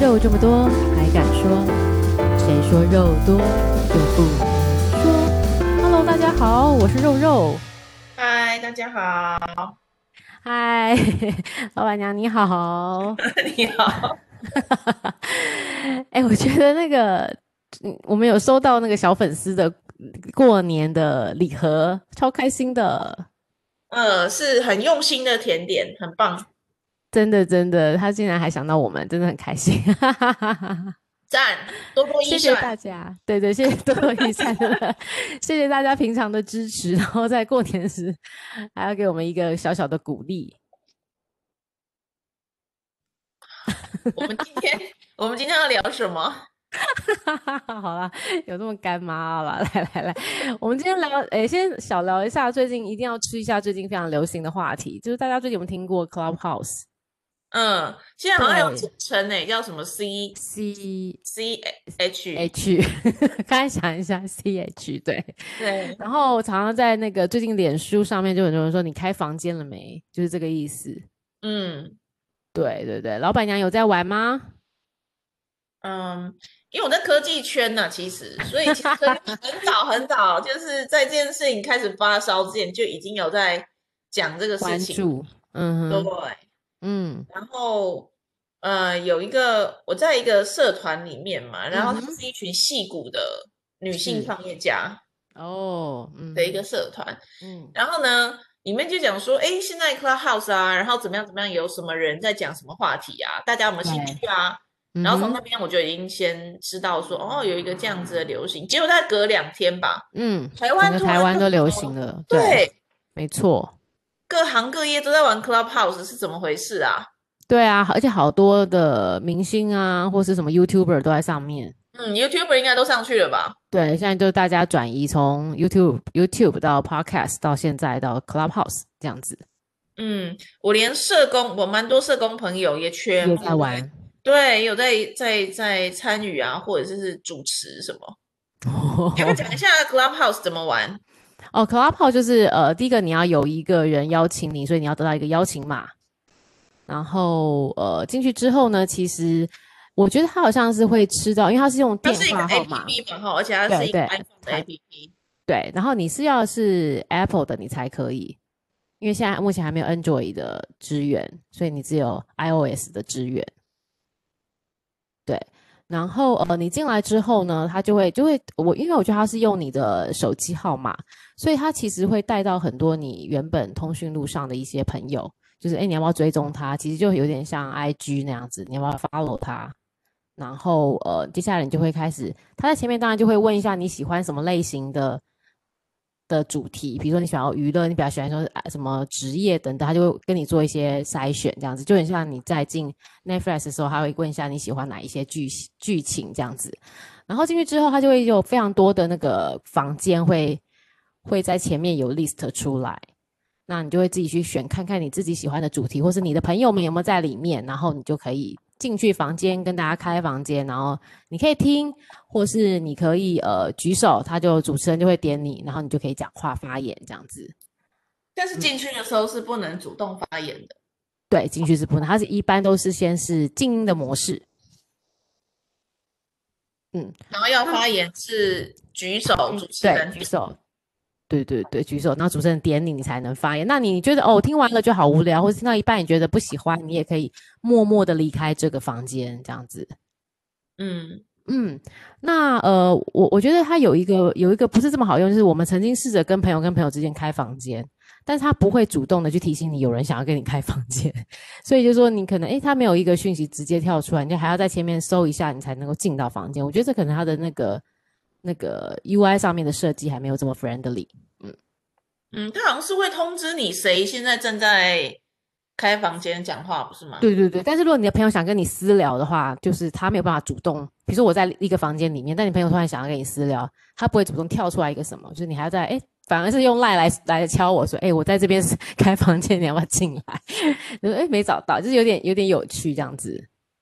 肉这么多，还敢说？谁说肉多就不能说？Hello，大家好，我是肉肉。嗨，大家好， 嗨， 老板娘你好。你好， 哎、我觉得那个，嗯我们有收到那个小粉丝的过年的礼盒，超开心的。呃，是很用心的甜点，很棒，真的，真的，他竟然还想到我们，真的很开心。赞，多多益谢谢善，大家，对对，谢谢多多益善，真的谢谢大家平常的支持，然后在过年时还要给我们一个小小的鼓励。 我们今天 我们今天要聊什么？好啦，有这么干吗？好啦，来来来，我们今天聊，诶，先小聊一下最近一定要吃一下最近非常流行的话题，就是大家最近有没有听过 Clubhouse 嗯，现在好像有对简称诶，叫什么 C C C H？ H？刚 才想一下 C H 对，对，然后我常常在那个最近脸书上面就很多人说你开房间了没，就是这个意思。嗯对对对，老板娘有在玩吗？嗯，因为我在科技圈呢、其实，所以其实很早很早，就是在这件事情开始发烧之前，就已经有在讲这个事关情，注，嗯对哼，。嗯然后呃，有一个我在一个社团里面嘛，然后嗯它是一群戏骨的女性是创业家哦，嗯的一个社团，嗯然后呢。里面就讲说，哎，现在 Clubhouse 啊，然后怎么样怎么样，有什么人在讲什么话题啊？大家有没有兴对趣啊？嗯然后从哼那边我就已经先知道说，哦，有一个这样子的流行。结果在隔两天吧，嗯，台整湾个突台然湾就都流有行了，对，没错，各行各业都在玩 Clubhouse 是怎么回事啊？对啊，而且好多的明星啊，或是什么 YouTuber 都在上面。嗯，YouTuber 应该都上去了吧？对，现在就大家转移从 YouTube、YouTube 到 Podcast，到现在到 Clubhouse 这样子嗯，我连社工，我蛮多社工朋友也全又部在都玩。对，有在在在参与啊，或者是主持什么。哦 要不要讲一下 Clubhouse 怎么玩？哦，Clubhouse 就是呃，第一个你要有一个人邀请你，所以你要得到一个邀请码。然后呃，进去之后呢，其实我觉得它好像是会吃到，因为它是用它电是一个话号码， APP 嘛，哈，而且它对是一个对 iPhone 的它 APP。对。然后你是要是 Apple 的你才可以，因为现在目前还没有 Android 的支援，所以你只有 iOS 的支援。对，然后呃，你进来之后呢，它就会就会我因为我觉得它是用你的手机号码，所以它其实会带到很多你原本通讯录上的一些朋友，就是哎，诶你要不要追踪他？其实就有点像 IG 那样子，你要不要 follow 他？然后呃，接下来你就会开始，他在前面当然就会问一下你喜欢什么类型的的主题，比如说你喜欢娱乐，你比较喜欢说啊什么职业等等，他就会跟你做一些筛选，这样子就很像你在进 Netflix 的时候，他会问一下你喜欢哪一些剧剧情这样子。然后进去之后，他就会有非常多的那个房间会会在前面有 list 出来，那你就会自己去选，看看你自己喜欢的主题，或是你的朋友们有没有在里面，然后你就可以进去房间跟大家开房间，然后你可以听，或是你可以呃举手，他就主持人就会点你，然后你就可以讲话发言这样子。但嗯是进去的时候是不能主动发言的。对，进去是不能，它是一般都是先是静音的模式，然后要发言是举手，主持嗯对，人举手，对对对，举手，然后主持人点你，你才能发言。那你觉得哦，我听完了就好无聊，或者听到一半你觉得不喜欢，你也可以默默的离开这个房间，这样子。嗯嗯，那呃，我我觉得它有一个有一个不是这么好用，就是我们曾经试着跟朋友跟朋友之间开房间，但是他不会主动的去提醒你有人想要跟你开房间， 所以就说你可能诶，他没有一个讯息直接跳出来，你就还要在前面搜一下，你才能够进到房间。我觉得这可能它的那个那个 UI 上面的设计还没有这么 friendly。嗯，他好像是会通知你谁现在正在开房间讲话，不是吗？对对对，但是如果你的朋友想跟你私聊的话，就是他没有办法主动，比如说我在一个房间里面，但你朋友突然想要跟你私聊，他不会主动跳出来一个什么，就是你还要在哎，反而是用赖来来敲我说，哎，我在这边 开房间，你要不要进来？ 就是哎没找到，就是有点有点有趣这样子。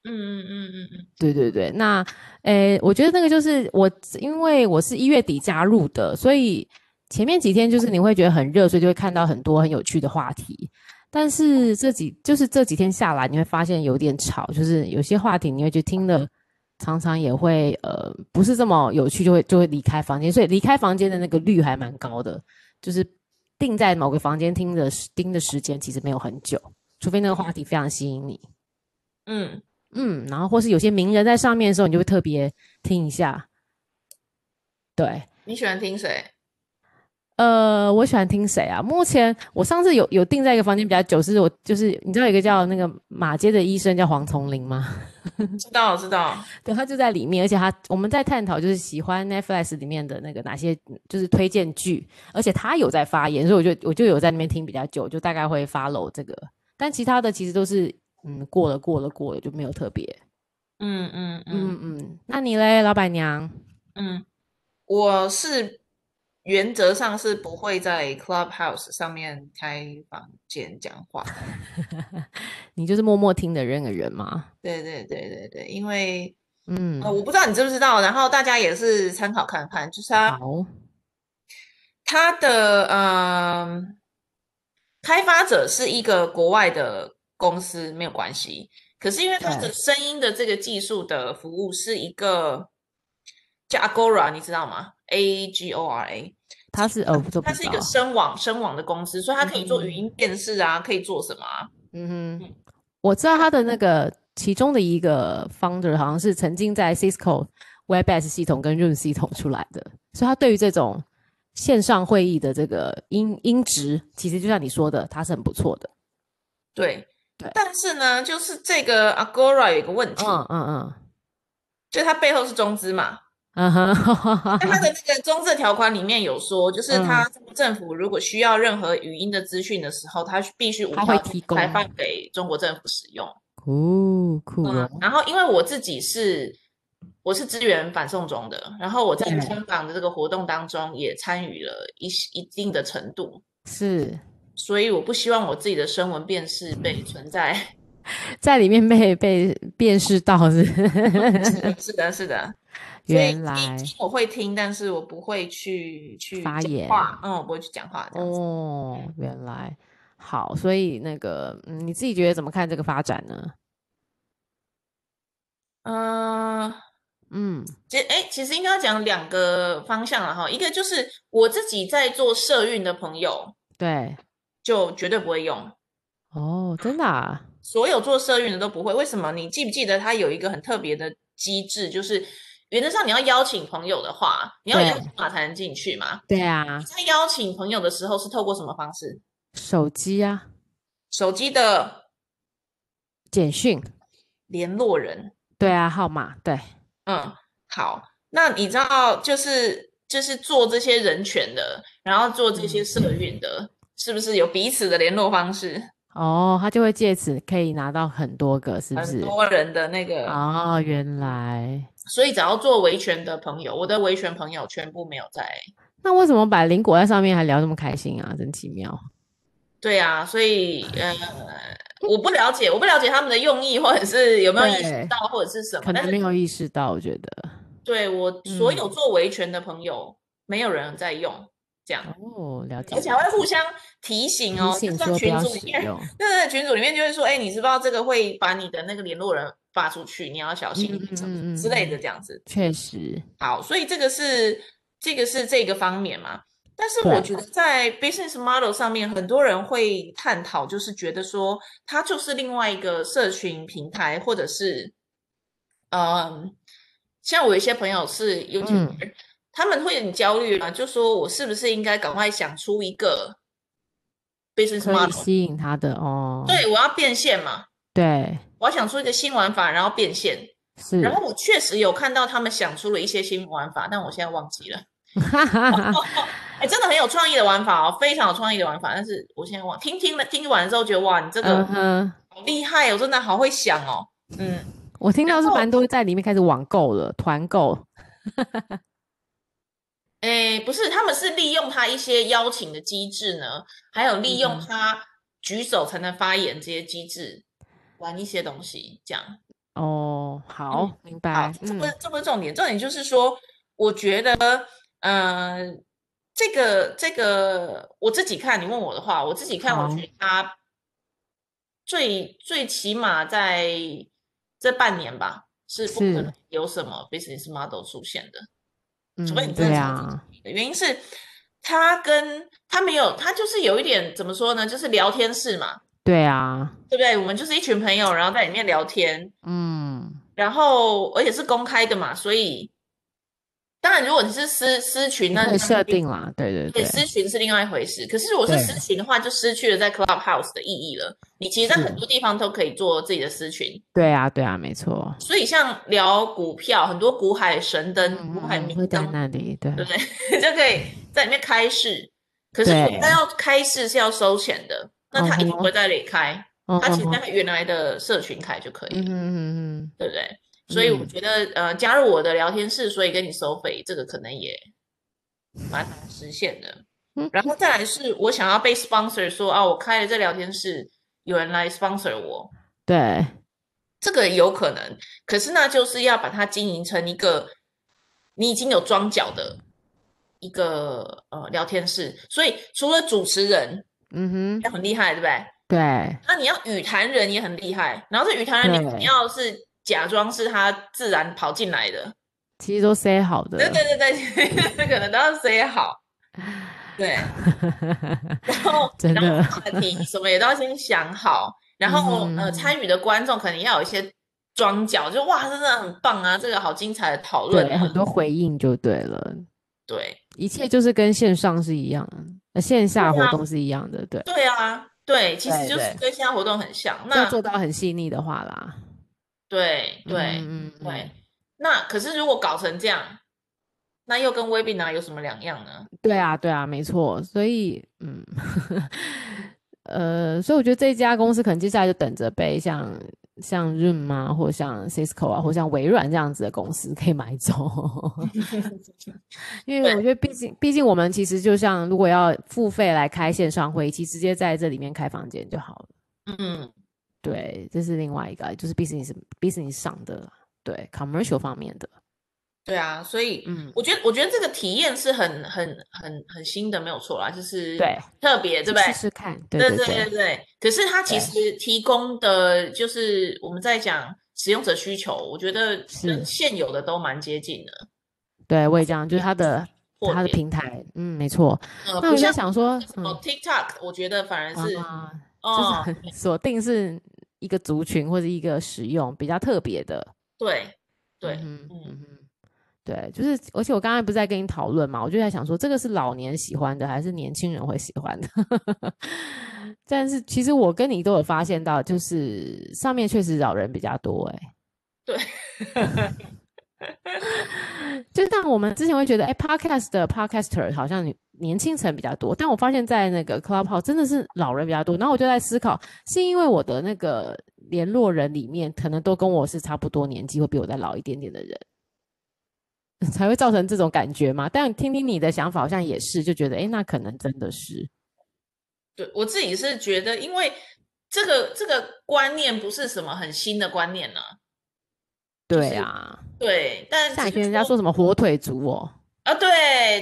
嗯嗯嗯嗯嗯，对对对，那诶，我觉得那个就是我，因为我是一月底加入的，所以前面几天就是你会觉得很热，所以就会看到很多很有趣的话题。但是这几就是这几天下来，你会发现有点吵，就是有些话题你会去听了，常常也会呃不是这么有趣，就会就会离开房间，所以离开房间的那个率还蛮高的，就是定在某个房间听的时盯的时间其实没有很久，除非那个话题非常吸引你，嗯，嗯，然后或是有些名人在上面的时候，你就会特别听一下，对，你喜欢听谁？呃，我喜欢听谁啊？目前我上次有有定在一个房间比较久，是我就是你知道有一个叫那个马街的医生叫黄丛林吗？ 知道知道，对，他就在里面，而且他我们在探讨就是喜欢 Netflix 里面的那个哪些就是推荐剧，而且他有在发言，所以我就我就有在那边听比较久，就大概会 follow 这个，但其他的其实都是嗯过了过了过了就没有特别，嗯嗯嗯嗯嗯，那你嘞，老板娘？嗯，我是原则上是不会在 Clubhouse 上面开房间讲话。你就是默默听的那个人吗？对对对对对，因为嗯，呃，我不知道你知不知道，然后大家也是参考看看，就是它好，它的呃，开发者是一个国外的公司，没有关系。可是因为它的对声音的这个技术的服务是一个叫 Agora，你知道吗？A G O R A，他是哦，这不它知是一道个啊，声网声网的公司，所以它可以做语嗯音辨识啊，可以做什么啊？嗯哼，我知道他的那个其中的一个 founder 好像是曾经在 Cisco Webex 系统跟 Room 系统出来的，所以他对于这种线上会议的这个音音质，其实就像你说的，他是很不错的。对对但是呢，就是这个 Agora 有一个问题，嗯嗯嗯，就它背后是中资嘛，嗯哼，那它的那个中资条款里面有说，就是嗯它政府如果需要任何语音的资讯的时候，它必须无它会条件提开供放给中国政府使用。 酷酷哦嗯，，然后因为我自己是我是支援反送中的，然后我在对香港的这个活动当中也参与了一些一定的程度，是所以我不希望我自己的声纹辨识被 存在。 在里面被被辨识到是是的，是的，是的。所以 原来一我会听，但是我不会去去发讲言话，嗯，我不会去讲话这样子。哦，原来好，所以那个嗯，你自己觉得怎么看这个发展呢？嗯。嗯。其哎，诶其实应该讲两个方向了哈，一个就是我自己在做社运的朋友对，就绝对不会用，哦，真的啊，所有做社运的都不会。为什么？你记不记得它有一个很特别的机制，就是原则上你要邀请朋友的话，你要有邀对请码才能进去嘛。对啊你，在邀请朋友的时候是透过什么方式？手机啊，手机的简讯，联络人。对啊，号码，对，嗯，好，那你知道就是就是做这些人权的，然后做这些嗯社运的，是不是有彼此的联络方式？哦，他就会借此可以拿到很多个，是不很是？多人的那个，哦，原来，所以只要做维权的朋友，我的维权朋友全部没有在。那为什么百灵果在上面还聊那么开心啊？真奇妙。对啊，所以呃，我不了解，我不了解他们的用意，或者是有没有意对识到，或者是什么。可但能是没有意识到，我觉得。对我所有嗯做维权的朋友，没有人在用这样，哦，了解而且还会互相提醒提哦，就醒算说不群要主里使面 用。对对，群主里面就会说，哎，你知不知道这个会把你的那个联络人发出去，你要小心嗯嗯什么嗯嗯之类的嗯这样子。确实，好，所以这个是这个是这个方面嘛。但是我对觉得在 business model 上面，很多人会探讨，就是觉得说它就是另外一个社群平台，或者是，嗯，像我有一些朋友是 YouTube，、他嗯们会很焦虑嘛，就说我是不是应该赶快想出一个 business 可以 model？吸引他的哦。对，我要变现嘛，对，我要想出一个新玩法，然后变现。是，然后我确实有看到他们想出了一些新玩法，但我现在忘记了。哈哈哈。哎，真的很有创意的玩法哦，非常有创意的玩法。但是我现在忘听听了听完之后，觉得哇，你 这个嗯哼，好厉害哦，真的好会想哦。嗯，我听到是后蛮多在里面开始网购了，团购。哎，不是，他们是利用他一些邀请的机制呢，还有利用嗯他举手才能发言这些机制，玩一些东西这样。哦，好，明白好，，这嗯不，是这不是重点，重点就是说，我觉得，呃，这个这个我自己看，你问我的话，我自己看，我好觉得它最最起码在这半年吧，是不可能有什么 business model 出现的。嗯除非你，真对的啊，原因是他跟他没有，他就是有一点怎么说呢，就是聊天室嘛，对啊，对不对？我们就是一群朋友，然后在里面聊天，嗯，然后而且是公开的嘛，所以当然如果你是私私群，你那可以那设一定定啦，对对对，对，私群是另外一回事。可是如果是对私群的话，就失去了在 Clubhouse 的意义了。你其实，在很多地方都可以做自己的私群。对啊，对啊，没错，所以，像聊股票，很多股海神灯、股嗯海嗯明会在灯，那里，对对不对？ 就可以在里面开市。可是，对他要开市是要收钱的，那他一定嗯不哼会在那里开，嗯他其实嗯在他原来的社群开就可以嗯了，嗯嗯，对不对？所以，我嗯觉得，呃，加入我的聊天室，所以跟你收费，这个可能也蛮难实现的。嗯然后再来是我想要被 sponsor 说啊，我开了这聊天室，有人来 sponsor 我，对，这个有可能。可是那就是要把它经营成一个你已经有装脚的一个呃聊天室，所以除了主持人嗯哼，要很厉害，对不对？对，那你要语谈人也很厉害，然后这语谈人你可能对要是假装是他自然跑进来的，其实都 say 好的，对对对对， 这可能都要 say 好，对。然后真然后的话题什么也都要先想好，然后、嗯呃，参与的观众可能要有一些装脚，就哇，真的很棒啊，这个好精彩的讨论对，啊，很多回应就对了，对一切就是跟线上是一样，呃，线下活啊动是一样的，对，对啊，对，其实对就是对跟现在活动很像。要那做到很细腻的话啦，对对、嗯嗯对嗯，那可是如果搞成这样，那又跟 Webinar 有什么两样呢？ 对啊，对啊，没错，所以，嗯， 呃，所以我觉得这家公司可能接下来就等着被像像 Zoom 啊，或像 Cisco 啊，或像微软这样子的公司可以买走， 因为对我觉得，毕竟，毕竟我们其实就像如果要付费来开线上会议，其实直接在这里面开房间就好了。嗯，对，这是另外一个，就是 business business 上的，对 commercial 方面的，对啊，所以嗯，我觉得我觉得这个体验是很很很很新的，没有错啦，就是对，特别，对不对去？试试看，对对对对对对，可是它其实提供的就是我们在讲使用者需求，我觉得是跟现有的都蛮接近的，对，我也这样，就是它的或它的者平台，嗯，没错。呃，那不我在像想说，什么 TikTok，我觉得反而是嗯，啊，哦，就是锁定是一个族群或者一个使用比较特别的，对对，嗯哼嗯嗯哼，对，就是，而且我刚才不是在跟你讨论嘛，我就在想说，这个是老年喜欢的，还是年轻人会喜欢的？ 但是其实我跟你都有发现到，就是上面确实老人比较多、欸，对， 就像我们之前会觉得，哎、p o d c a s t 的 podcaster 好像年轻层比较多，但我发现在那个 Clubhouse 真的是老人比较多。然后我就在思考，是因为我的那个联络人里面，可能都跟我是差不多年纪，会比我再老一点点的人，才会造成这种感觉嘛。但听听你的想法，好像也是，就觉得，哎、那可能真的是，对我自己是觉得，因为这个这个观念不是什么很新的观念呢，对是啊。对，但像以只前是人家说什么火腿族哦，啊，对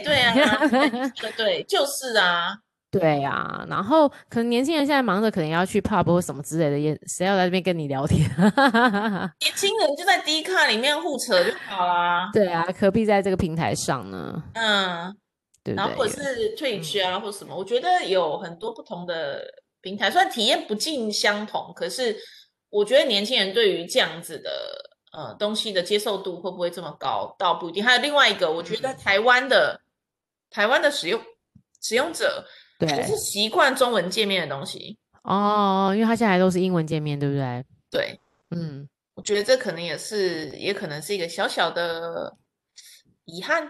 对啊，对对，就是啊，对啊，然后可能年轻人现在忙着，可能要去 pub 或什么之类的，也谁要来这边跟你聊天？ 年轻人就在 D 卡里面互扯就好啦，对啊，何必在这个平台上呢？嗯。对不然后或对？者是 Twitch 啊，或什么，我觉得有很多不同的平台，虽然体验不尽相同，可是我觉得年轻人对于这样子的呃东西的接受度会不会这么高，倒不一定。还有另外一个，我觉得台湾的、台湾的使用使用者不对是习惯中文界面的东西，哦，因为他现在都是英文界面，对不对？对嗯，我觉得这可能也是，也可能是一个小小的遗憾。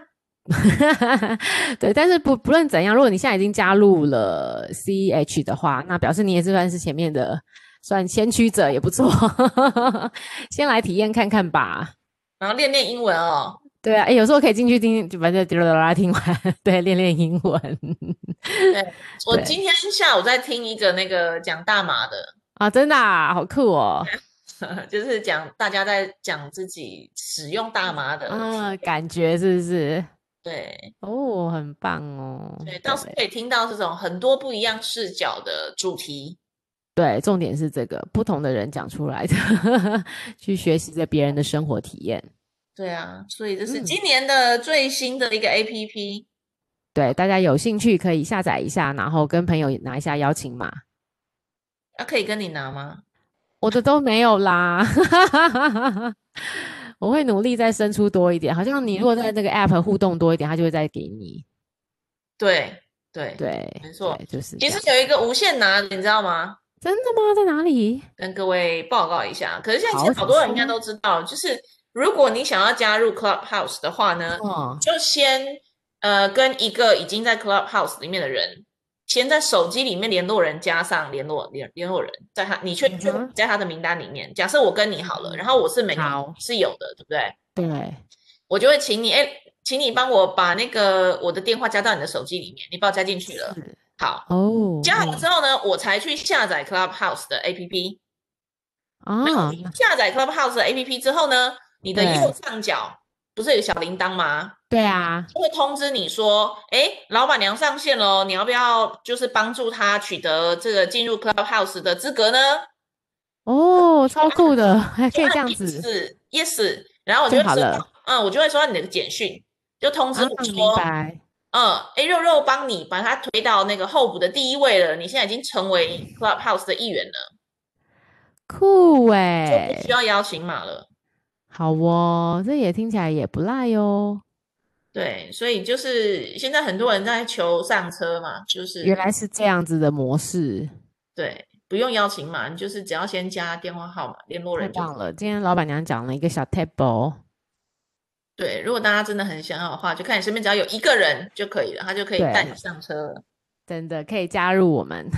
对。但是不不论怎样，如果你现在已经加入了 CEH 的话，那表示你也是算是前面的，算先驱者也不错。 先来体验看看吧。然后练练英文哦，对啊，诶有时候可以进去听，就反正滴啦啦啦听完，对，练练英文 我对今天下午在听一个那个讲大麻的。 啊，真的啊，好酷哦，就是讲大家在讲自己使用大麻的，啊，感觉是不是？对哦，很棒哦，对，倒是可以听到这种很多不一样视角的主题，对，重点是这个不同的人讲出来的， 去学习着别人的生活体验。对啊，所以这是嗯今年的最新的一个 APP。对，大家有兴趣可以下载一下，然后跟朋友拿一下邀请码。啊，可以跟你拿吗？我的都没有啦， 我会努力再生出多一点。好像你如果在那个 App 互动多一点，它就会再给你。对对，对，没错对就是这其样。实有一个无限拿的，你知道吗？真的吗？在哪里？跟各位报告一下。可是现在其好实好多人请应该说都知道，就是如果你想要加入 Clubhouse 的话呢，哦，就先呃跟一个已经在 Clubhouse 里面的人，先在手机里面联络人加上联络联联络人，在他你确确嗯哼嗯在他的名单里面。假设我跟你好了，然后我是每个好是有的，对不对？对，我就会请你，哎，请你帮我把那个我的电话加到你的手机里面，你把我加进去了。是好，哦，加好嗯之后呢，我才去下载 Clubhouse 的 APP。啊，那下载 Clubhouse 的 APP 之后呢，你的对右上角不是有小铃铛吗？对啊，就会通知你说，哎，老板娘上线喽，你要不要就是帮助她取得这个进入 Clubhouse 的资格呢？哦，超酷的，还可以这样 子。是 yes，然后我就就会好收了到，嗯，我就会收到你的简讯，就通知啊我，明说，白。嗯，哎，肉肉帮你把它推到那个候补的第一位了，你现在已经成为 Clubhouse 的一员了，酷就哎、不需要邀请码了。好哦，这也听起来也不赖哦。对，所以就是现在很多人在求上车嘛，就是原来是这样子的模式，对，不用邀请码，你就是只要先加电话号码、联络太人就棒了！今天老板娘讲了一个小 table，对，如果大家真的很想要的话，就看你身边只要有一个人就可以了，他就可以带你对上车了。真的可以加入我们。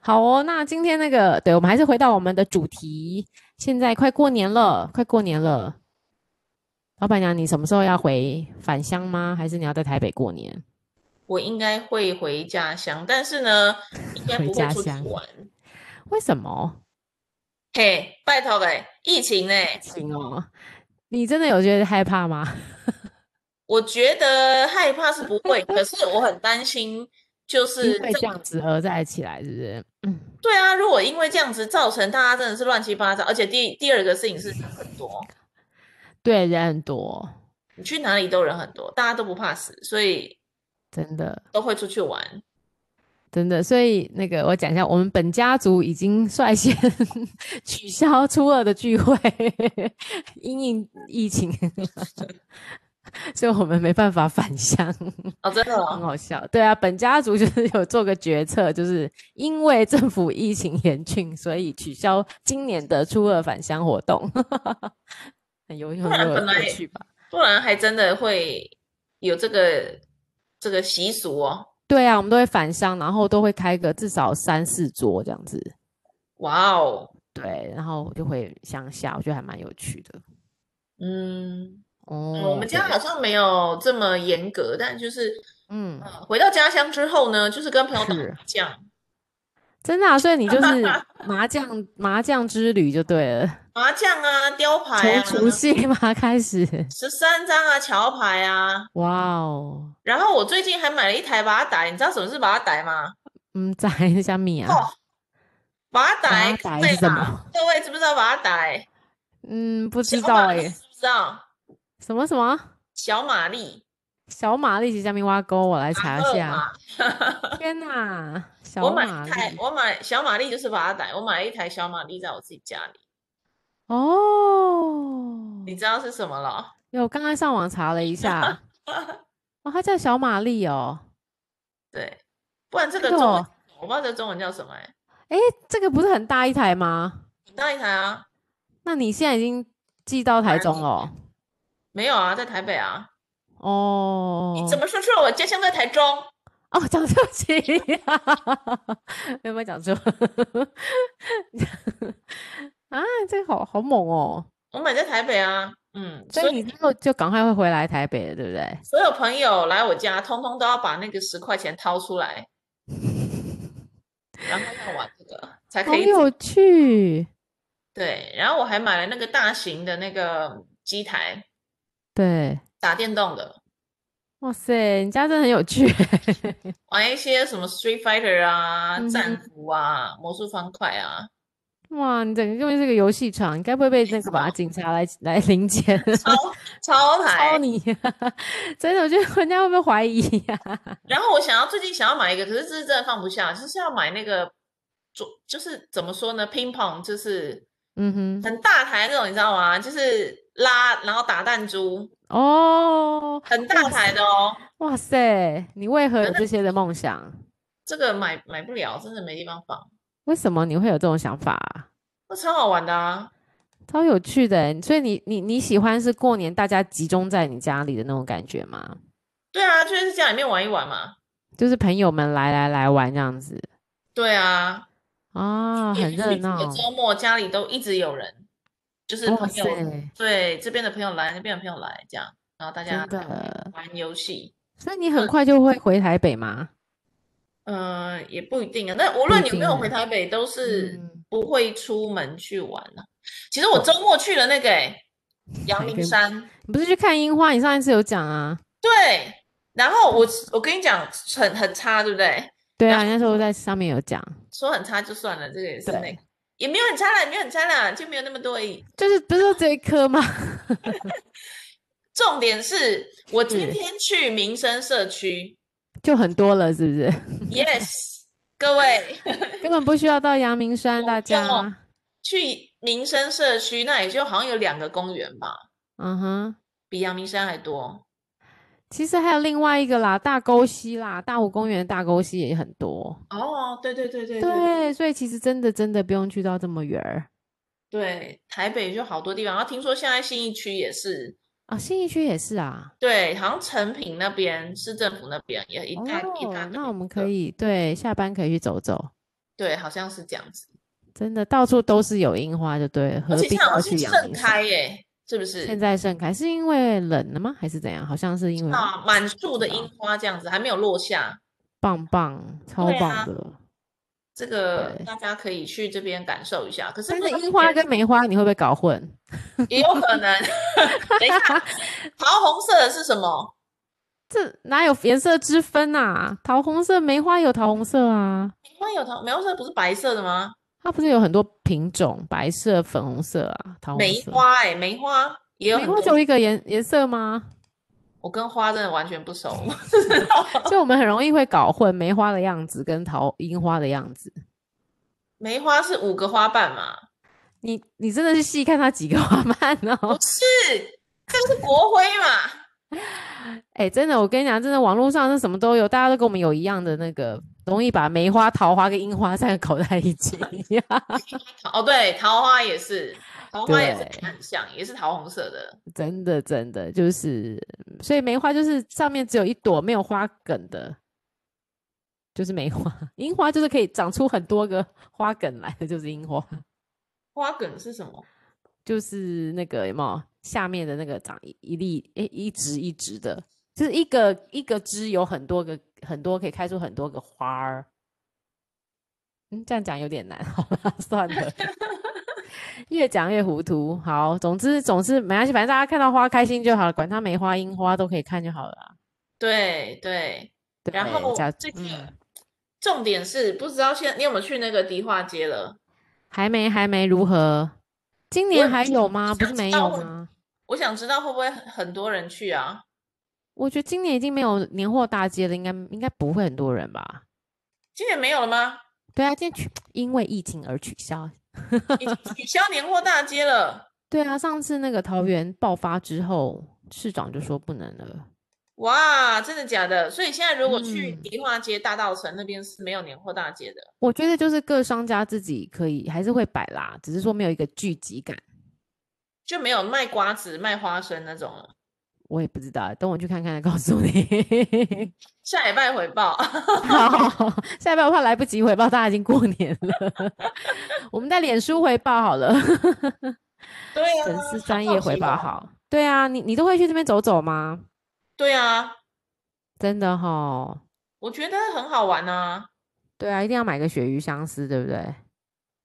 好哦，那今天那个，对我们还是回到我们的主题。现在快过年了，快过年了。老板娘，你什么时候要回返乡吗？还是你要在台北过年？我应该会回家乡，但是呢，应该回不家会出去乡玩。为什么？嘿，拜托嘞，疫情呢？行哦，你真的有觉得害怕吗？我觉得害怕是不会，可是我很担心，就是因为这这样子合在起来，是不是？嗯，对啊，如果因为这样子造成大家真的是乱七八糟，而且第第二个事情是人很多，对，人很多，你去哪里都人很多，大家都不怕死，所以真的。都会出去玩。真的，所以那个我讲一下，我们本家族已经率先取消初二的聚会， 因应疫情， 所以我们没办法返乡，哦，真的很哦，好笑。对啊，本家族就是有做个决策，就是因为政府疫情严峻，所以取消今年的初二返乡活动， 很有很然有本有来趣吧？不然还真的会有这个这个习俗哦。对啊，我们都会返乡，然后都会开个至少三四桌这样子。哇哦，对，然后就回乡下，我觉得还蛮有趣的。嗯，哦嗯，我们家对好像没有这么严格，但就是嗯，呃回到家乡之后呢，就是跟朋友打是麻将，真的啊，所以你就是 麻将麻将之旅就对了，麻将啊，雕从牌啊，除夕嘛 开始，十三张啊，桥牌啊。哇哦，然后我最近还买了一台把它逮，你知道什么是把它逮吗？嗯，在一下米啊，哦，把它逮，把它逮对是什啦么？各位知不知道把它逮？嗯，不知小道马哎、力知不知道？什么什么小马力，小马力及下面挖沟，我来查一二下。马天哪，啊我小买马一台力，我买小马力就是把它逮，我买了一台小马力在我自己家里，哦，你知道是什么了？有刚刚上网查了一 下，哦，它叫小马力哦，对，不然这个真中的文哦我不知道这中文叫什么哎，这个不是很大一台吗？很大一台啊，那你现在已经寄到台哪中里了哦。没有啊，在台北啊，哦，你怎么说出来我家乡在台中？哦，讲对不起，有 没有讲错？啊，这个好好猛哦！我买在台北啊，嗯，所以你之后就赶快会回来台北了，对不对？所有朋友来我家，通通都要把那个十块钱掏 出来，然后要玩这个才好可以走。有趣，对，然后我还买了那个大型的那个机台，对，打电动的。哇塞，你家真的很有趣玩一些什么 Street Fighter 啊、嗯哼战斧啊、魔术方块啊，哇！你整个根本是个游戏场，你该不会被那个吧警察来来临检超超抄 台。你、真的，我觉得人家会不会怀疑呀、 然后我想要最近想要买一个，可是这是真的放不下，就是要买那个桌，就是怎么说呢，ping pong 就是嗯哼，很大台那种，你知道吗？就是拉然后打弹珠，哦，很大哇台的哦。哇塞，你为何有那这些的梦想？这个买买不了，真的没地方放，为什么你会有这种想法啊、那超好玩的啊！超有趣的欸，所以你你你喜欢是过年大家集中在你家里的那种感觉吗？对啊，就是家里面玩一玩嘛。就是朋友们来来来玩这样子对啊，啊，也很许热这个闹。周末家里都一直有人，就是哇朋友塞，对这边的朋友来，那边的朋友来，这样，然后大家真的，玩游戏。所以你很快就会回台北吗？呃，也不一定啊。但无不论一你有没定有欸回台北，都是嗯不会出门去玩了、其实我周末去了那个哎、阳哪明个山，你不是去看樱花？你上一次有讲啊。对。然后我我跟你讲，很很差，对不对？对然啊，那时候在上面有讲，说很差就算了，这个也是那对个，也没有很差啦，也没有很差啦，就没有那么多而已。就是不是说这一颗吗？ 重点是我今是天去民生社区 就很多了，是不 是？ ，yes，各位根本不需要到阳明山，大用家，去民生社区，那也就好像有两个公园吧，嗯哼。比阳明山还多。其实还有另外一个啦，大沟溪啦，大湖公园的大沟溪也很多。哦，对对对对对，所以其实真的真的不用去到这么远儿对，台北就好多地方，然后听说现在信义区也是，啊、信义区也是啊。对，好像成品那边市政府那边也一大、一大哦，堆那我们的可以对下班可以去走走，对，好像是这样子，真的到处都是有樱花，就对了，何而且必现在好要像去是阳盛明山？开耶，是不是？现在盛开是因为冷了吗？还是怎样？好像是因为啊，满树的知道樱花这样子还没有落下，棒棒，超对啊棒的。这个对大家可以去这边感受一下。可是但不是知道樱花也跟梅花你会不会搞混？也有可能， 等一下，桃红色的是什么？这哪有颜色之分啊？桃红色梅花有桃红色啊。梅花有桃，梅花色不是白色的吗？它不是有很多品种，白色、粉红色啊，桃红梅色。花哎，梅花也有梅很花多只有一个颜颜色吗？我跟花真的完全不熟， 所以我们很容易会搞混梅花的样子跟桃樱花的样子。梅花是五个花瓣嘛？你你真的是细看它几个花瓣不 哦？是，这个是国徽嘛？哎、真的，我跟你讲，真的，网络上是什么都有，大家都跟我们有一样的那个，容易把梅花、桃花跟樱花三个搞在一起。哦，对，桃花也是，桃花也是对很像，也是桃红色的。真的，真的就是，所以梅花就是上面只有一朵没有花梗的，就是梅花。樱花就是可以长出很多个花梗来的，就是樱花，花梗是什么？就是那个有没有下面的那个长一一粒，诶，一直一直的，就是一个一个枝有很多个很多可以开出很多个花儿。嗯，这样讲有点难， 好吧，算了， 越讲越糊涂。好，总之总之没关系，反正大家看到花开心就好了，管它梅花樱花都可以看就好了啊。对对，然对后假这个嗯，重点是不知道现在你有没有去那个迪化街了？还没还没如何？今也年不还知有吗？不想是知没道有会吗？我想知道会不会很很多人去啊？我觉得今年已经没有年货大街了，应该应该不会很多人吧？今年没有了吗？对啊，今天取因为疫情而取消。已经取消年货大街了。对啊，上次那个桃园爆发之后，市长就说不能了。哇，真的假的？所以现在如果去嗯迪化街、大道城那边是没有年货大街的。我觉得就是各商家自己可以还是会摆啦，只是说没有一个聚集感。就没有卖瓜子、卖花生那种了。我也不知道，等我去看看，告诉你。 下礼拜回报， 好，下一拜我怕来不及回报，大家已经过年了。 我们在脸书回报好了，对呀、粉丝好专好业回奇报哦。好。对啊，你你都会去这边走走吗？对啊，真的哈、我觉得很好玩啊。对啊，一定要买个鳕鱼香丝，对不对？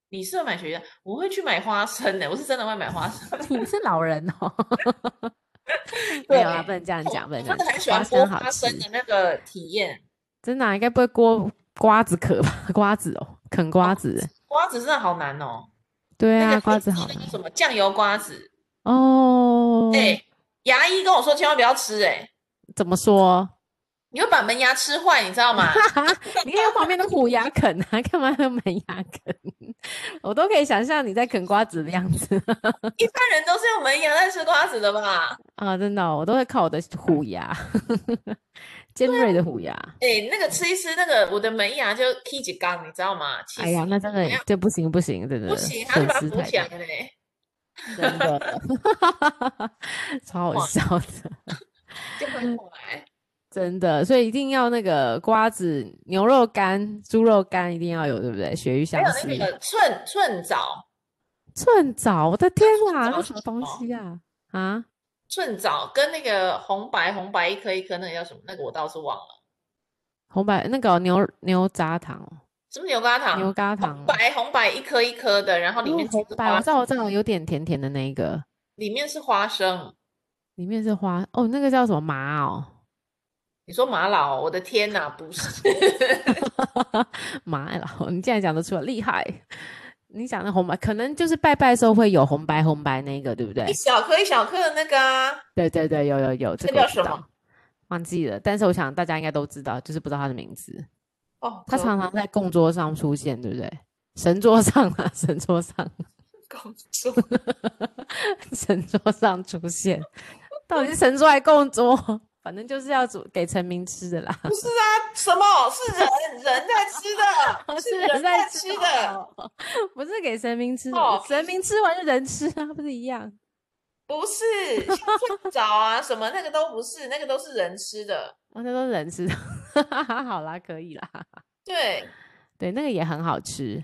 你适合买学校， 我会去买花生的、我是真的会买花生。你是老人哦，没 对有啊，不能这样讲，不能这样真的讲。很喜欢剥生好花吃生，的那个体验，真的啊、应该不会锅瓜子壳吧？ 瓜子哦，啃瓜子，瓜子真的好难哦。对那啊，个瓜分子析好那难个什么酱油瓜子，哦。哎、牙医跟我说千万不要吃、哎，怎么说？你会把门牙吃坏，你知道吗？你看旁边的虎牙啃啊，干嘛要门牙啃？ 我都可以想象你在啃瓜子的样子 一般人都是用门牙在吃瓜子的吧？啊！真的哦、我都会靠我的虎牙， 尖锐的虎牙。哎、那个吃一吃，那个我的门牙就踢几缸，你知道吗？气哎呀，死那真怎的么样这不行不行，真的啊不行，他损就把它失扶太起来大，了嘞。真的， 超好哇笑的。就会过来。真的，所以一定要那个瓜子、牛肉干、猪肉干一定要有，对不对？鳕鱼还香有丝、那个寸寸枣，寸枣，我的天哪，枣那是什么什东么西啊？啊，寸枣跟那个红白红白一颗一颗那个叫什么？那个我倒是忘了，红白那个哦牛牛轧糖哦，是不是牛轧糖？牛轧糖红哦，白红白一颗一颗的，然后里哦面红是白，我花知，道，我知道，有点甜甜的那一个，里面是花生。里面是花哦，那个叫什么麻哦， 你说玛瑙哦？我的天哪，不是麻老，你竟然讲得出来，厉害！ 你讲的红白，可能就是拜拜的时候会有红白红白那个，对不对一？小颗一小颗的那个啊，对对对，有有有，这这个我叫知什道么？忘记了，但是我想大家应该都知道，就是不知道它的名字。哦，它狗常常在供桌上出现，对不对？神桌上啊， 神桌上，狗猪神桌上出现，到底是神桌还供桌？反正就是要煮给臣民吃的啦，不是啊，什么是人人在 吃的，哦是哦人人在在吃的，哦，不是给神明吃的，哦神明吃完就人吃啊，不是一样？不是像寸枣啊什么那个都不是，那个都是人吃的。哦，那都是人吃的， 好啦，可以啦，对，对，那个也很好吃，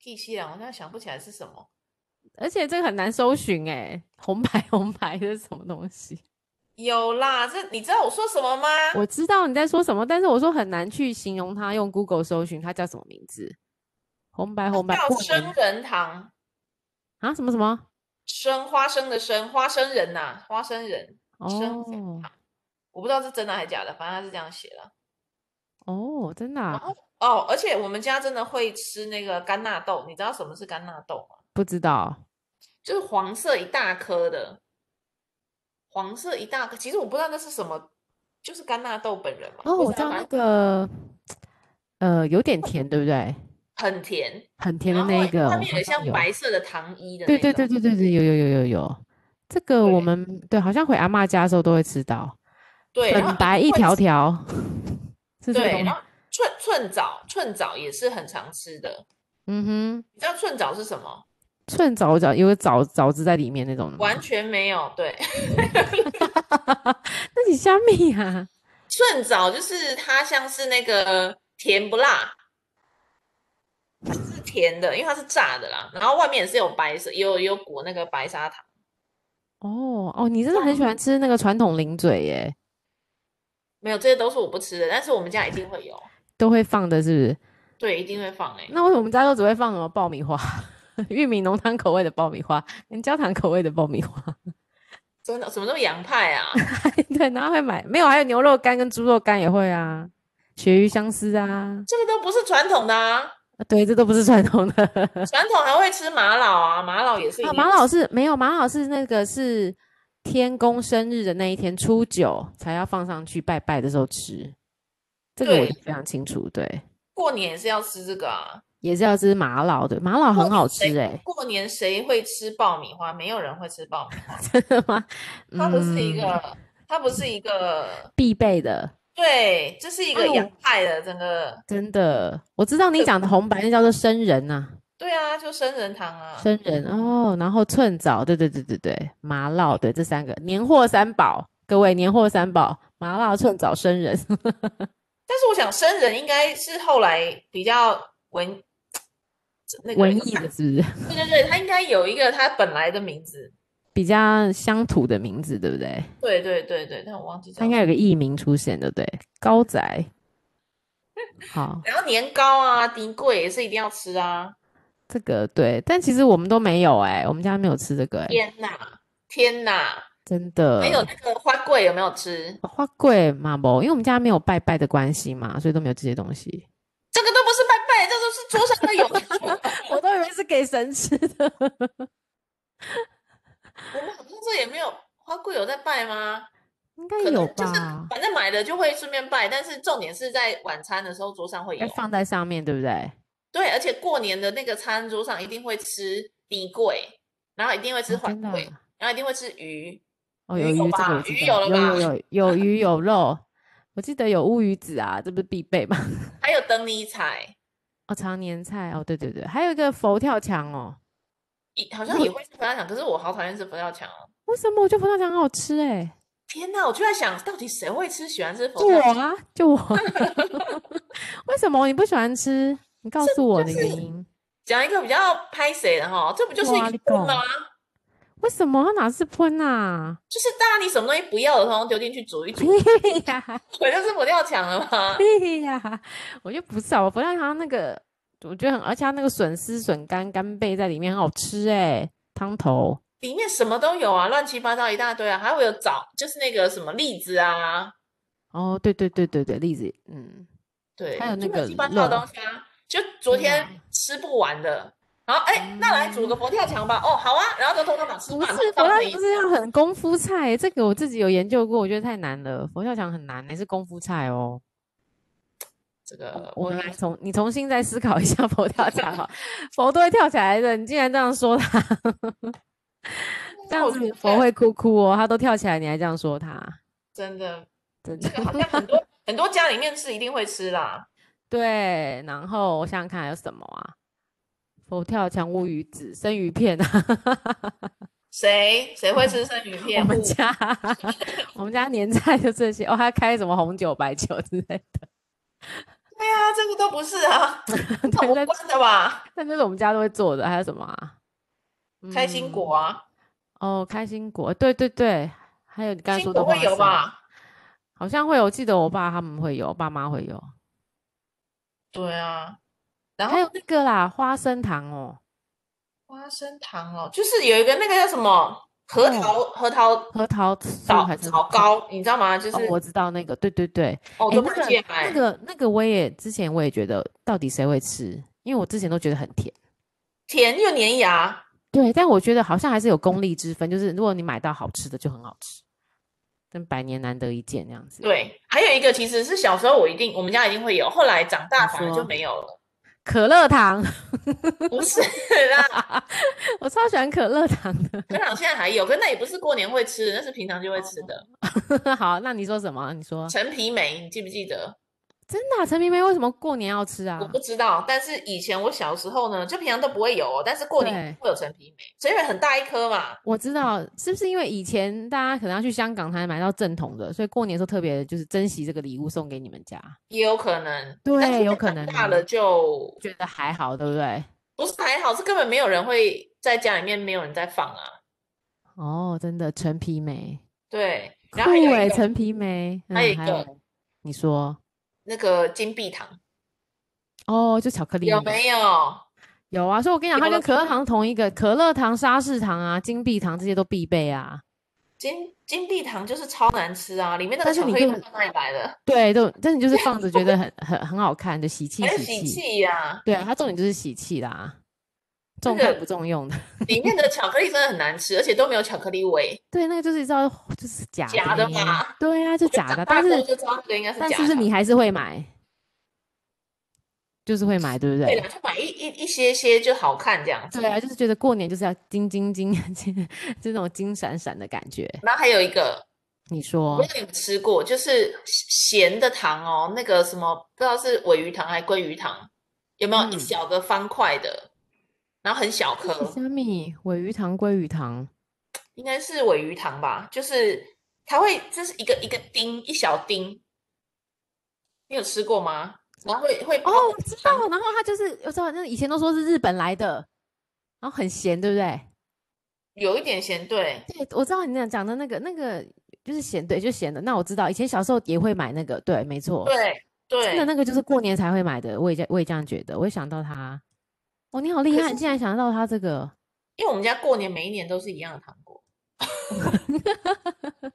地西啊凉，我现在想不起来是什么。而且这个很难搜寻哎、红白红白这是什么东西？有啦，这你知道我说什么吗？我知道你在说什么，但是我说很难去形容它，用 Google 搜寻它叫什么名字？红白红白叫过生年人堂，啊？什么什么？生花生的生，花生仁呐、花生仁，生哦我不知道是真的还是假的，反正他是这样写的。哦，真的、然啊、后哦，而且我们家真的会吃那个干纳豆，你知道什么是干纳豆吗？不知道就是黄色一大颗的，黄色一大颗。其实我不知道那是什么，就是干纳豆本人嘛。哦，不我知知道反那正个呃有点甜，对不对？很甜，很甜的然那后一个，外我面好有像像有白色的糖衣的对那种。对对对对对，有有有有有，这个我对们对好像回阿嬷家的时候都会吃到，对，然后粉白一会条条， 是这个对，东西然。后寸寸枣，寸枣也是很常吃的。嗯哼，你知道寸枣是什么？寸枣枣有个枣枣子在里面那种的吗，完全没有。对， 那是虾米啊？寸枣就是它像是那个甜不辣，是甜的，因为它是炸的啦。然后外面也是有白色，有有裹那个白砂糖。哦哦，你真的很喜欢吃那个传统零嘴耶，没有，这些都是我不吃的，但是我们家一定会有，都会放的，是对，一定会放哎、不是？那为什么我们家都只会放什么爆米花、 玉米浓汤口味的爆米花、跟焦糖口味的爆米花？ 真的，什么都洋派啊， 对，然后会买没有？还有牛肉干跟猪肉干也会啊，鳕鱼香丝啊，这个都不是传统的啊，啊对，这都不是传统的。啊，传统还会吃玛瑙啊，玛瑙也是一定马会老吃是没有，马老是那个是天公生日的那一天初九才要放上去拜拜的时候吃，这个我对也非常清楚，对。过年也是要吃这个啊。也是要吃玛瑙的，玛瑙很好吃谁哎、过年谁会吃爆米花？没有人会吃爆米 花，真的吗？它不是一嗯、个，它不是一个，必备的，对，这是一个哎洋我派的整个，真的。我知道你对讲的红白那叫做生人呐、对啊，就生人堂啊，生人哦，然后寸枣，对对对对对，玛瑙，对这三个年货三宝，各位年货三宝，玛瑙、寸枣、生人。 但是我想生人应该是后来比较文那个文艺的是不是？对对对，它应该有一个它本来的名字。比较乡土的名字，对不对？对对对对，但我忘记它叫应该什有么。个艺名出现，对不对？高 仔，好，然后年糕啊、丁贵也是一定要吃啊！这个对，但其实我们都没有哎、我们家没有吃这个哎、呃天哪，天哪，真的。还有那个花桂有没有吃？花贵嘛不，因为我们家没有拜拜的关系嘛，所以都没有这些东西。这个都不是拜拜，这都是桌上的有的。我都以为是给神吃的。我们好像这也没有花桂有在拜吗？ 应该可有能就是吧？反正买了就会顺便拜，但是重点是在晚餐的时候桌上会有要。哎放在上面，对不对？对，而且过年的那个餐桌上一定会吃底桂，然后一定会吃啊环真的桂，啊然后一定会吃鱼。哦，鱼有鱼有这吧个我知鱼道，有有了有有有鱼有肉，我记得有乌鱼子啊，这不是必备吗？还有等你采，哦，常年菜哦，对对对，还有一个佛跳墙哦，一好像也会吃佛跳墙，可是我好讨厌吃佛跳墙哦！为什么我觉得佛跳墙很好吃哎、天哪，我就在想，到底谁会吃喜欢吃佛就跳我墙？啊，就我， 为什么你不喜欢吃？你告诉我的就是原因，讲一个比较拍谁的哈，这不就是一哇个你坑懂吗？为什么它哪是喷啊？就是大家你什么东西不要的，通通丢进去煮一煮， 屁哎呀不就是佛跳墙了吗？屁呀！我就不是啊，我佛跳墙那个，我觉得很，而且它那个笋丝、笋干、干贝在里面很好吃哎、汤头。里面什么都有啊，乱七八糟一大堆啊，还会有枣，就是那个什么栗子啊，哦，对对对对对，栗子，嗯，对，还有那就乱个七八糟的肉东西啊，就昨天天哪吃不完的。然后哎，那来煮个佛跳墙吧。哦，好啊。然后就偷偷把 吃嗯不完是佛的放跳成一墙是要很功夫菜欸，这个我自己有研究过，我觉得太难了。佛跳墙很难欸，还是功夫菜哦。这个我呃我们来重，你重新再思考一下佛跳墙哈， 佛都会跳起来的，你竟然这样说 他，这样我子觉佛得会哭哭哦，他都跳起来，你还这样说他，真的，真 这的个好像很多很多家里面是一定会吃啦。对。然后我想想看还有什么啊？佛跳墙、乌鱼子、生鱼片啊， 谁谁会吃生鱼嗯片？我们不家 我们家年菜就这些哦，还开什么红酒、白酒之类的， 对啊，这个都不是啊，这对无在关的吧？但就是我们家都会做的，还有什么啊？开心嗯果啊，哦，开心果，对对对，还有你刚开才心说的果会花有生，吧？好像会有，我记得我爸他们会有，爸妈会有，对啊。然后还有那个啦，花生糖哦，花生糖哦，就是有一个那个叫什么核嗯桃核桃核桃酥枣还是枣糕，你知道吗？就哦是，我知道那个，对对对，哦，哎，那都不个戒那买。个那个，我也之前我也觉得，到底谁会吃？因为我之前都觉得很甜，甜又粘牙，对，但我觉得好像还是有功力之分，就是如果你买到好吃的就很好吃，但百年难得一见那样子。对，还有一个其实是小时候我一定我们家一定会有，后来长大你反而说就没有 了。可乐糖， 不是啦，我超喜欢可乐糖可能现在还有，可是那也不是过年会吃的，那是平常就会吃的。的。 好，那你说什么？你说陈皮梅，你记不记得？真的啊、陈皮梅为什么过年要吃啊我？不知道，但是以前我小时候呢，就平常都不会有哦，但是过年对会有陈皮梅，所以很大一颗嘛。我知道，是不是因为以前大家可能要去香港才能买到正统的，所以过年的时候特别就是珍惜这个礼物送给你们家，也有可能，对但是有长可能大哦了就觉得还好，对不对？不是还好，是根本没有人会在家里面没有人在放啊。哦，真的陈皮梅，对，酷然后还有哎，一个陈皮梅，嗯，还有一个嘞你说那个金币糖哦，就巧克力有那个没有？有啊，所以我跟你讲，它有跟可乐糖同一个，可乐糖、沙士糖啊、金币糖这些都必备啊。金金币糖就是超难吃啊，里面那个但是巧你克力根不知道哪里来的，对，都但是就是放着觉得 很很很好看，就喜气 很喜喜气。气呀、对啊，它重点就是喜气啦，这重看个不重用的。里面的巧克力真的很难吃，而且都没有巧克力味。对，那个就是知道就是假假的的嘛呀，对啊，就假的。长但大过是就知道那个应该是但假是不是的啊你还是会买？就是会买，对不对对？了，就买一一一些些就好看这样子。对啊，就是觉得过年就是要金金金 金，这种金闪闪的感觉。然后还有一个，你我说不知道你们吃过，就是咸的糖哦，那个什么不知道是尾鱼糖还是鲑鱼糖，有没有一嗯小个方块的，然后很小颗，虾米、尾鱼糖、鲑鱼糖，应该是尾鱼糖吧？就是它会，这是一个一个丁，一小丁，你有吃过吗？然后会会哦，包我知道。然后它就是我知道，那以前都说是日本来的，然后很咸，对不对？有一点咸，对，对，我知道你讲讲的那个那个就是咸，对，就咸的。那我知道，以前小时候也会买那个，对，没错。对真的对，那个就是过年才会买的，我也这我也这样觉得。我也想到它，哦，你好厉可害，是你竟然想得到它这个，因为我们家过年每一年都是一样的糖果，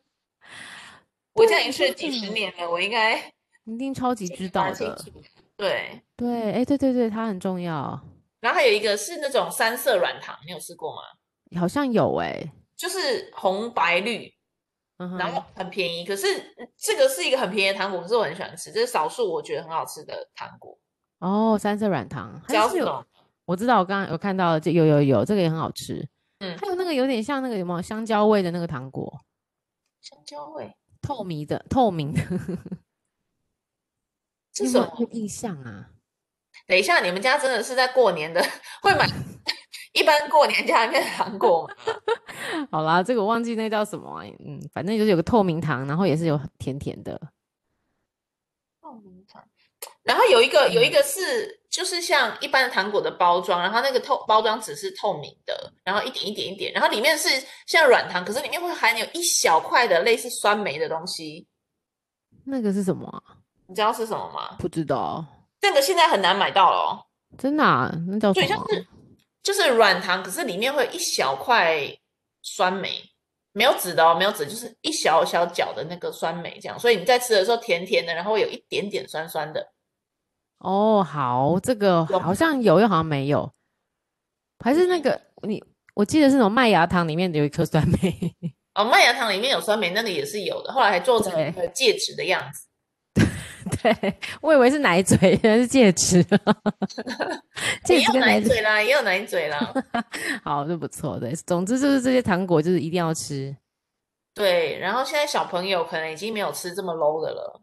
我这样也是几十年了，我应该你一定超级知道蛮清的。楚。对，对，哎，对对对，它很重要，然后还有一个是那种三色软糖，你有试过吗？好像有哎、就是红白绿，嗯哼，然后很便宜。可是嗯这个是一个很便宜的糖果，可是我很喜欢吃，这是少数我觉得很好吃的糖果。哦，三色软糖，只要还是是这有，种，我知道，我刚刚有看到，这有有有，这个也很好吃。嗯还有那个有点像那个什么香蕉味的那个糖果，香蕉味，透明的，透明的，这你有什没有么有？印象啊？等一下，你们家真的是在过年的 会买一般过年家里面的糖果吗？好啦，这个我忘记那叫什么、啊，嗯，反正就是有个透明糖，然后也是有甜甜的，透明糖。然后有一个有一个是就是像一般的糖果的包装，然后那个透包装纸是透明的，然后一点一点一点，然后里面是像软糖，可是里面会含有一小块的类似酸梅的东西，那个是什么、啊？你知道是什么吗？不知道，这个现在很难买到了哦，真的、啊，那叫什对，像么啊？是就是软糖，可是里面会有一小块酸梅，没有籽的哦，没有籽，就是一小小角的那个酸梅这样，所以你在吃的时候甜甜的，然后有一点点酸酸的，哦，好，这个有好像有，又好像没有，还是那个你，我记得是那种麦芽糖里面有一颗酸梅， 哦，麦芽糖里面有酸梅，那个也是有的。后来还做成一个戒指的样子，对我以为是奶嘴，原来是戒指， 戒也指有跟奶奶嘴，嘴啦，也有奶嘴 啦。好，这不错对，总之就是这些糖果就是一定要吃，对，然后现在小朋友可能已经没有吃这么 low 的了。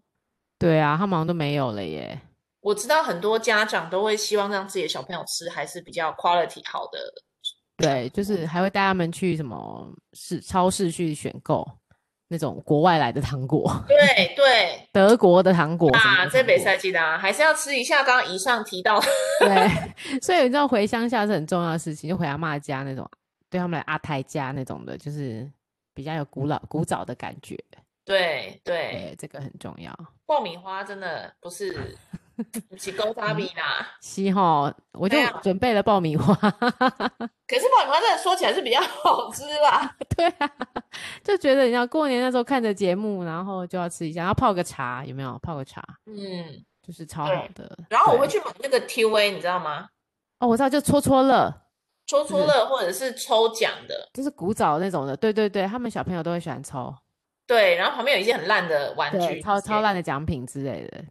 对啊，他们好像都没有了耶。我知道很多家长都会希望让自己的小朋友吃还是比较 quality 好的。对，嗯就是还会带他们去什么市超市去选购那种国外来的糖果，对对，德国的糖果什么啊，的这糖北果赛季的啊，还是要吃一下刚刚以上提到的。 对，所以你知道回乡下是很重要的事情，就回阿嬷家那种，对他们来阿太家那种的，就是比较有古老古早的感觉。对对，对，这个很重要。爆米花真的不是 不是勾扎比啦，西吼，我就对啊准备了爆米花， 可是爆米花真的说起来是比较好吃 啦。对啊，就觉得你知道过年那时候看着节目，然后就要吃一下，然后泡个茶，有没有？泡个茶嗯。就是超好对的。然后我对会去买那个 TA，你知道吗？哦，我知道，就戳戳乐，抽出是乐或者是抽奖的，就是古早那种的，对对对，他们小朋友都会喜欢抽，对。然后旁边有一些很烂的玩具，对，超超。烂的奖品之类的，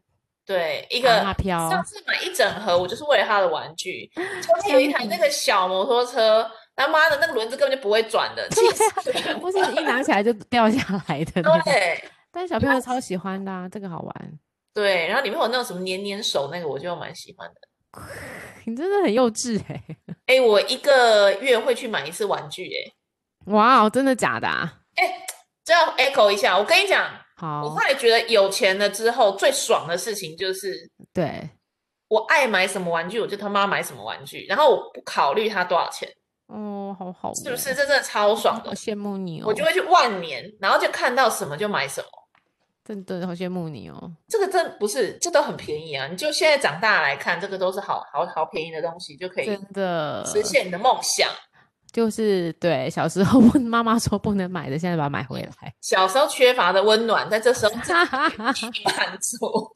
对，一阿个妈飘上次买一整盒，我就是为了他的玩具。中间有一台那个小摩托车，他妈的那个轮子根本就不会转的，气死人！或是一拿起来就掉下来的那种。对但是小朋友超喜欢的、啊，这个好 玩。对，然后里面有那种什么黏黏手，那个我就蛮喜欢的。你真的很幼稚哎、哎，我一个月会去买一次玩具，哎哇哦，真的假的、啊？这要 echo 一下。我跟你讲，我好后，来觉得有钱了之后，最爽的事情就是对，我爱买什么玩具，我就他妈买什么玩具，然后我不考虑它多少钱，哦，好好、哦，是不是？？这真的超爽好的，羡慕你哦，我就会去万年，然后就看到什么就买什么。真的好羡慕你哦。这个真不是，这都很便宜啊！你就现在长大来看，这个都是好好好便宜的东西，就可以真的，实现你的梦想。就是对，小时候 问妈妈说不能买的，现在把它买回来。 小时候缺乏的温暖，在这时候自己满足。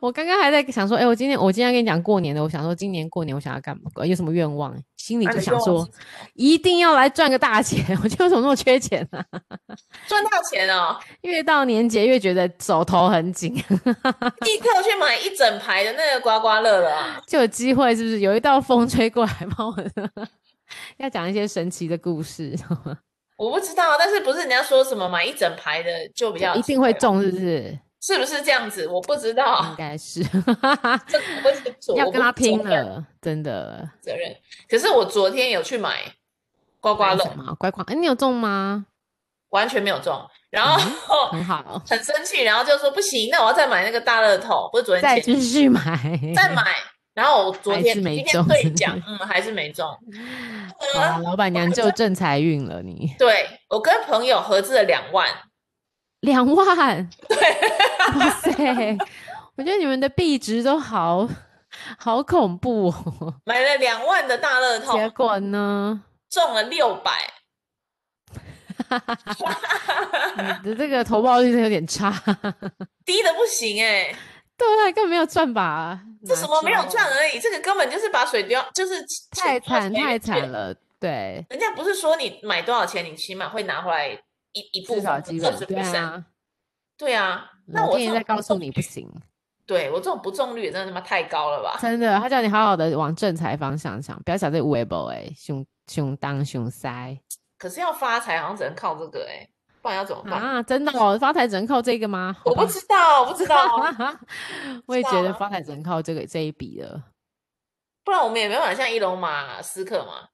我刚刚还在想说，哎、我今天我今天要跟你讲过年的，我想说今年过年我想要干嘛，呃有什么愿望，心里那就啊哎你想跟我说一定要来赚个大钱。 我觉得我怎么那么缺钱呢、啊？ 赚到钱哦，越到年节越觉得手头很紧，立刻去买一整排的那个刮刮乐了啊！就有机会是不是？有一道风吹过来，帮我 要讲一些神奇的故 事，我不知道，但是不是人家说什么买一整排的就比较有一机定会吗中，是不是？是不是这样子？我不知应道，该 是这个不是责要我跟不他承拼认了，真的。责任。可是我昨天有去买刮 刮买乐什，么乖乖，哎、你有中吗？完全没有中，然嗯后、很好， 很生气，然后就说不行，那我要再买那个大乐透，不是昨再天前继续买，再买。然后我昨还天是没今天中兑奖，嗯，还是 没中。呃好啦，老板娘就正财运了你，对我跟朋友合资了两万，两万，对，哇塞，我觉得你们的币值都好好恐怖哦。买了两万的大乐透，结果呢？中了六百，你的这个投报率真的有点差，低的不行哎、对啊，根本没有赚吧？这哪什么没有知赚啊而已，这个根本就是把水丢，就是太惨太。把水惨了，对，人家不是说你买多少钱，你起码会拿回来一一部至分少基本20%对啊。对啊，那老我天这爷在种告不诉中你不行，对我这种不中率也真的他妈太高了吧？真的，他叫你好好的往正财方向想，不要想这无 e b 哎，胸胸当胸塞可是要发财好像只能靠这个哎、不然要怎么办？啊！真的哦，发财只能靠这个吗？好我不吧知道，我不 知道，我也知觉道得啊发财只能靠这个这一笔了。不然我们也没办法像伊隆马斯克嘛，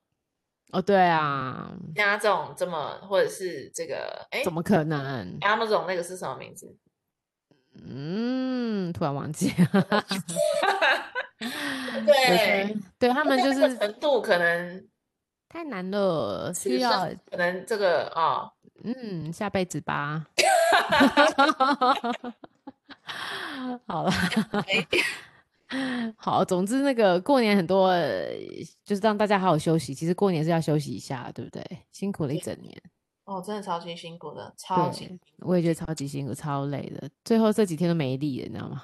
哦，对啊，像他这种这么，或者是这个哎怎么可能？ ，Amazon 那个是什么名字？嗯，突然忘记了。对，嗯对他他们就是程度可能太难了，比需如要说可能这个啊、嗯下辈子吧。好了， 好，总之那个过年很多呃就是让大家好好休息。其实过年是要休息一下，对不对？辛苦了一整年，哦，真的超级辛苦的，超级对，我也觉得超级辛苦、超累的。最后这几天都没力了，你知道吗？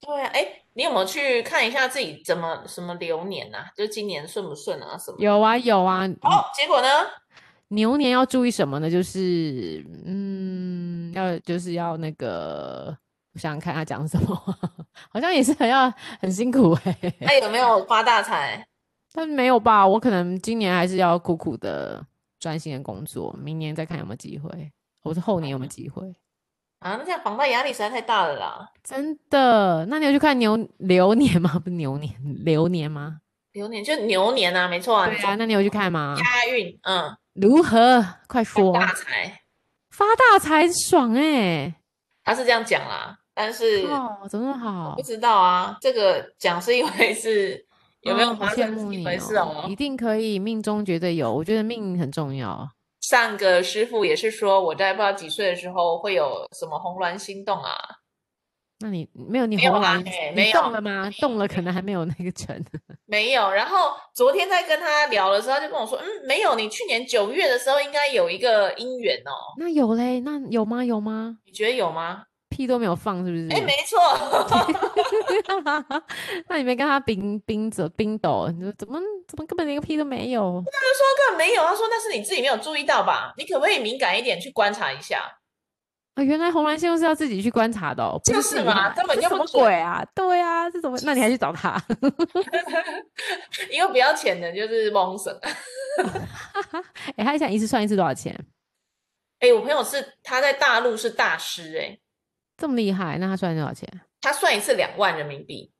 对啊，哎，你有没有去看一下自己怎么什么流年呐、就今年顺不顺啊什么？有啊，有啊，嗯哦，结果呢？牛年要注意什么呢？就是嗯，要就是要那个，我想想看他讲什么， 好像也是很要很辛苦哎、欸，哎，有没有发大财？但没有吧？我可能今年还是要苦苦的专心的工作，明年再看有没有机会，我是后年有没有机会。啊，那这样房贷压力实在太大了啦。真的？那你有去看牛流年吗？不是牛年，流年吗？流年就牛年啊，没错啊，对啊，你那你有去看吗说？押韵，嗯，如何？快说，大财，发大财爽哎、他是这样讲啦，但是哦，怎么那么好不？知道啊，这个讲是因为是有没有哦好发羡生慕是一你回事哦，一定可以，命中绝对有。我觉得命很重要，上个师傅也是说，我在不知道几岁的时候会有什么红鸾心动啊，那你没有你没有红啦了，你嘿你没动有了吗？动了可能还没有那个成。没有。然后昨天在跟他聊的时候，他就跟我说，嗯，没有，你去年九月的时候应该有一个姻缘哦，那有嘞，那有吗？有吗？你觉得有吗？屁都没有放，是不是？哎，没错， 那你没跟他冰冰着冰斗，你说怎么怎么根本连个屁都没有？根本没有。他说那是你自己没有注意到吧？你可不可以敏感一点去观察一下？ 啊，原来红蓝线都是要自己去观察的哦，不就是是自己嘛看根本这就什不么准鬼啊！对啊，这怎么？那你还去找他？ 一个不要钱的，就是蒙神。哎、他想一次算一次多少钱？哎，我朋友是他在大陆是大师，哎，这么厉害，那他算多少钱？他算一次两万人民币，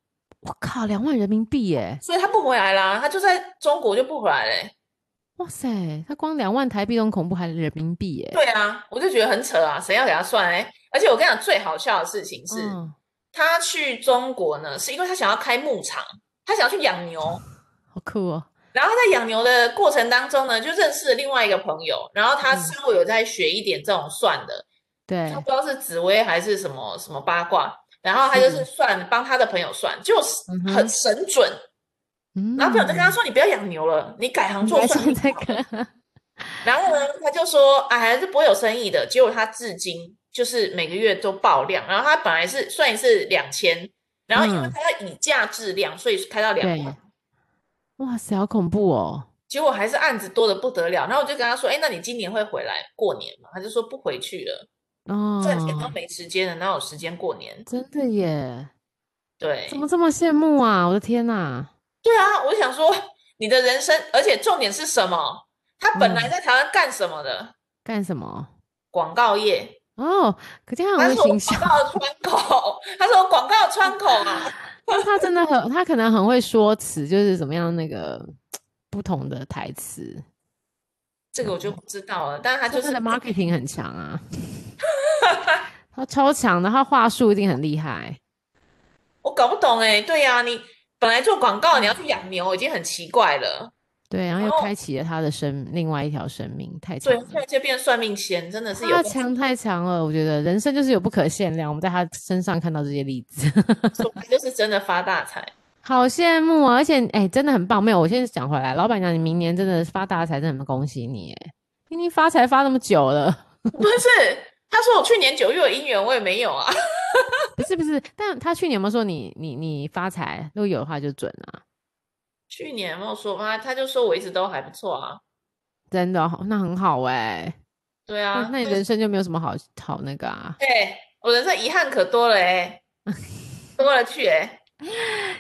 我靠，两万人民币耶！所以他不回来啦，他就在中国就不回来嘞。哇塞，他光两万台币都很恐怖，还人民币耶！对啊，我就觉得很扯啊，谁要给他算哎？而且我跟你讲，最好笑的事情是，嗯，他去中国呢，是因为他想要开牧场，他想要去养牛，好酷哦！然后他在养牛的过程当中呢，就认识了另外一个朋友，然后他嗯稍微有在学一点这种算的，对他，不知道是紫薇还是什么什么八卦，然后他就是是算帮他的朋友算，就是嗯很哼神准。嗯，然后朋友就跟他说：“你不要养牛了，你改行你做还算算命。”这个，然后呢，他就说，哎，还是不会有生意的。结果他至今就是每个月都爆量，然后他本来是算一次两千，然后因为嗯他要以价质量，所以开到两对万，， 哇塞，好恐怖哦！结果还是案子多的不得了。然后我就跟他说，哎，那你今年会回来过年吗？他就说不回去了，哦，赚钱都没时间了，哪有时间过年？真的耶，对怎，么这么羡慕啊！我的天哪、对啊，我就想说你的人生，而且重点是什么？他本来嗯在台湾干什么的？干什么？广告业，哦，可见他他很是会我行销，广 告窗口， 他是我广告窗口啊。但他真的很，他可能很会说辞，就是怎么样那个不同的台词，这个我就不知道了，但是他就就是是的 marketing 很强啊，他超强的，他话术一定很厉害。我搞不懂哎、对呀、你本来做广告，你要去养牛已经很奇怪了，对，然后然又后开启了他的生另外一条生命，太强哦对，了现，在就变算命仙，真的是有他够强太强了。我觉得人生就是有不可限量，我们在他身上看到这些例子，说他就是真的发大财。 好羡慕哦啊！而且哎、真的很棒。没有，我先讲回来，老板娘，你明年真的发大财，真的很恭喜你哎！听听发财发那么久了， 不是，他说我去年九月有姻缘，我也没有啊。 不是不是，但他去年有没有说你你你发财？如果有的话就准啊，去年有没有说吗？他就说我一直都还不错啊。真的哦、那很好哎、对那啊，那你就是人生就没有什么好好那个啊，对我人生遗憾可多了 哎、多了去哎、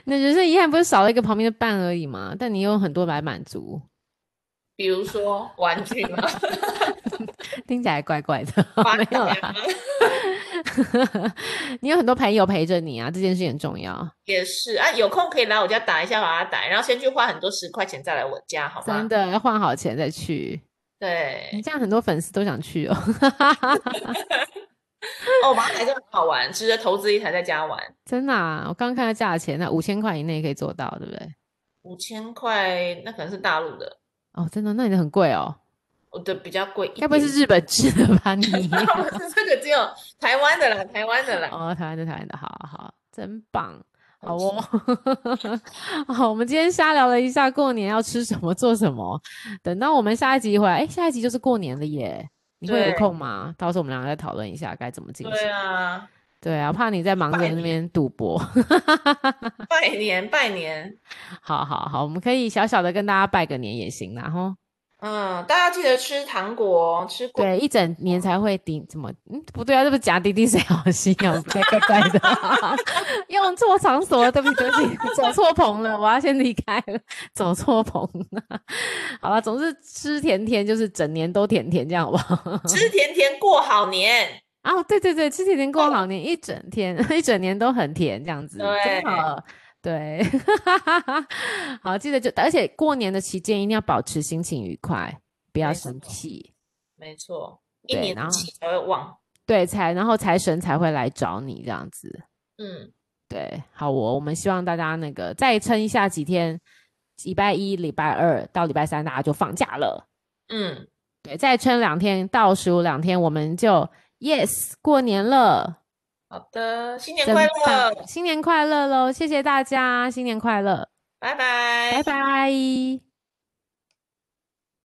那人生遗憾不是少了一个旁边的伴而已嘛？但你有很多来满足，比如说玩具嘛，听起来怪怪的，发没有财啦 啊。你有很多朋友陪着你啊，这件事情很重要，也是啊，有空可以来我家打一下马拉打，然后先去花很多十块钱再来我家，好吗真？的要换好钱再去。你对，这样很多粉丝都想去哦，哦，马拉打真的很好玩，值得投资一台在家玩。真的、啊。我刚刚看到价钱，那五千块以内可以做到，对不对？五千块，那可能是大陆的，哦，真的，那你的很贵哦，我的比较贵一该点。不会是日本制的吧？ 你是这个只有台湾的啦，台湾的啦。哦，台湾的台湾的，好好，真棒。好好哦， 好，我们今天瞎聊了一下过年要吃什么、做什么。等到我们下一集回来，哎，下一集就是过年了耶，你会有对空吗？到时候我们两个再讨论一下该怎么进行。对啊，对啊，怕你在忙着拜那年边赌博。 拜年拜年，好好好，我们可以小小的跟大家拜个年也行啦，吼。嗯，大家记得吃糖果，吃果。对，一整年才会滴，怎么？嗯，不对啊，这不是假滴滴谁好心啊？我怪怪怪的，啊 用错场所了，对不起，对不起，走错棚了，我要先离开了，走错棚了。好了，总之吃甜甜就是整年都甜甜，这样好不好？ 吃甜甜过好年，啊，对对对，吃甜甜过好年，一整天 一整年都很甜，这样子，真对好。对， 好，记得就，而且过年的期间一定要保持心情愉快，不要没生错气，没错，一对年然后气才会旺。对，财，然后财神才会来找你这样子。嗯，对，好我、我们希望大家那个再撑一下几天，礼拜一、礼拜二到礼拜三大家就放假了。嗯，对，再撑两天，倒数两天我们就 yes 过年了，好的，新年真快棒乐，新年快乐喽！谢谢大家，新年快乐，哎拜拜拜，拜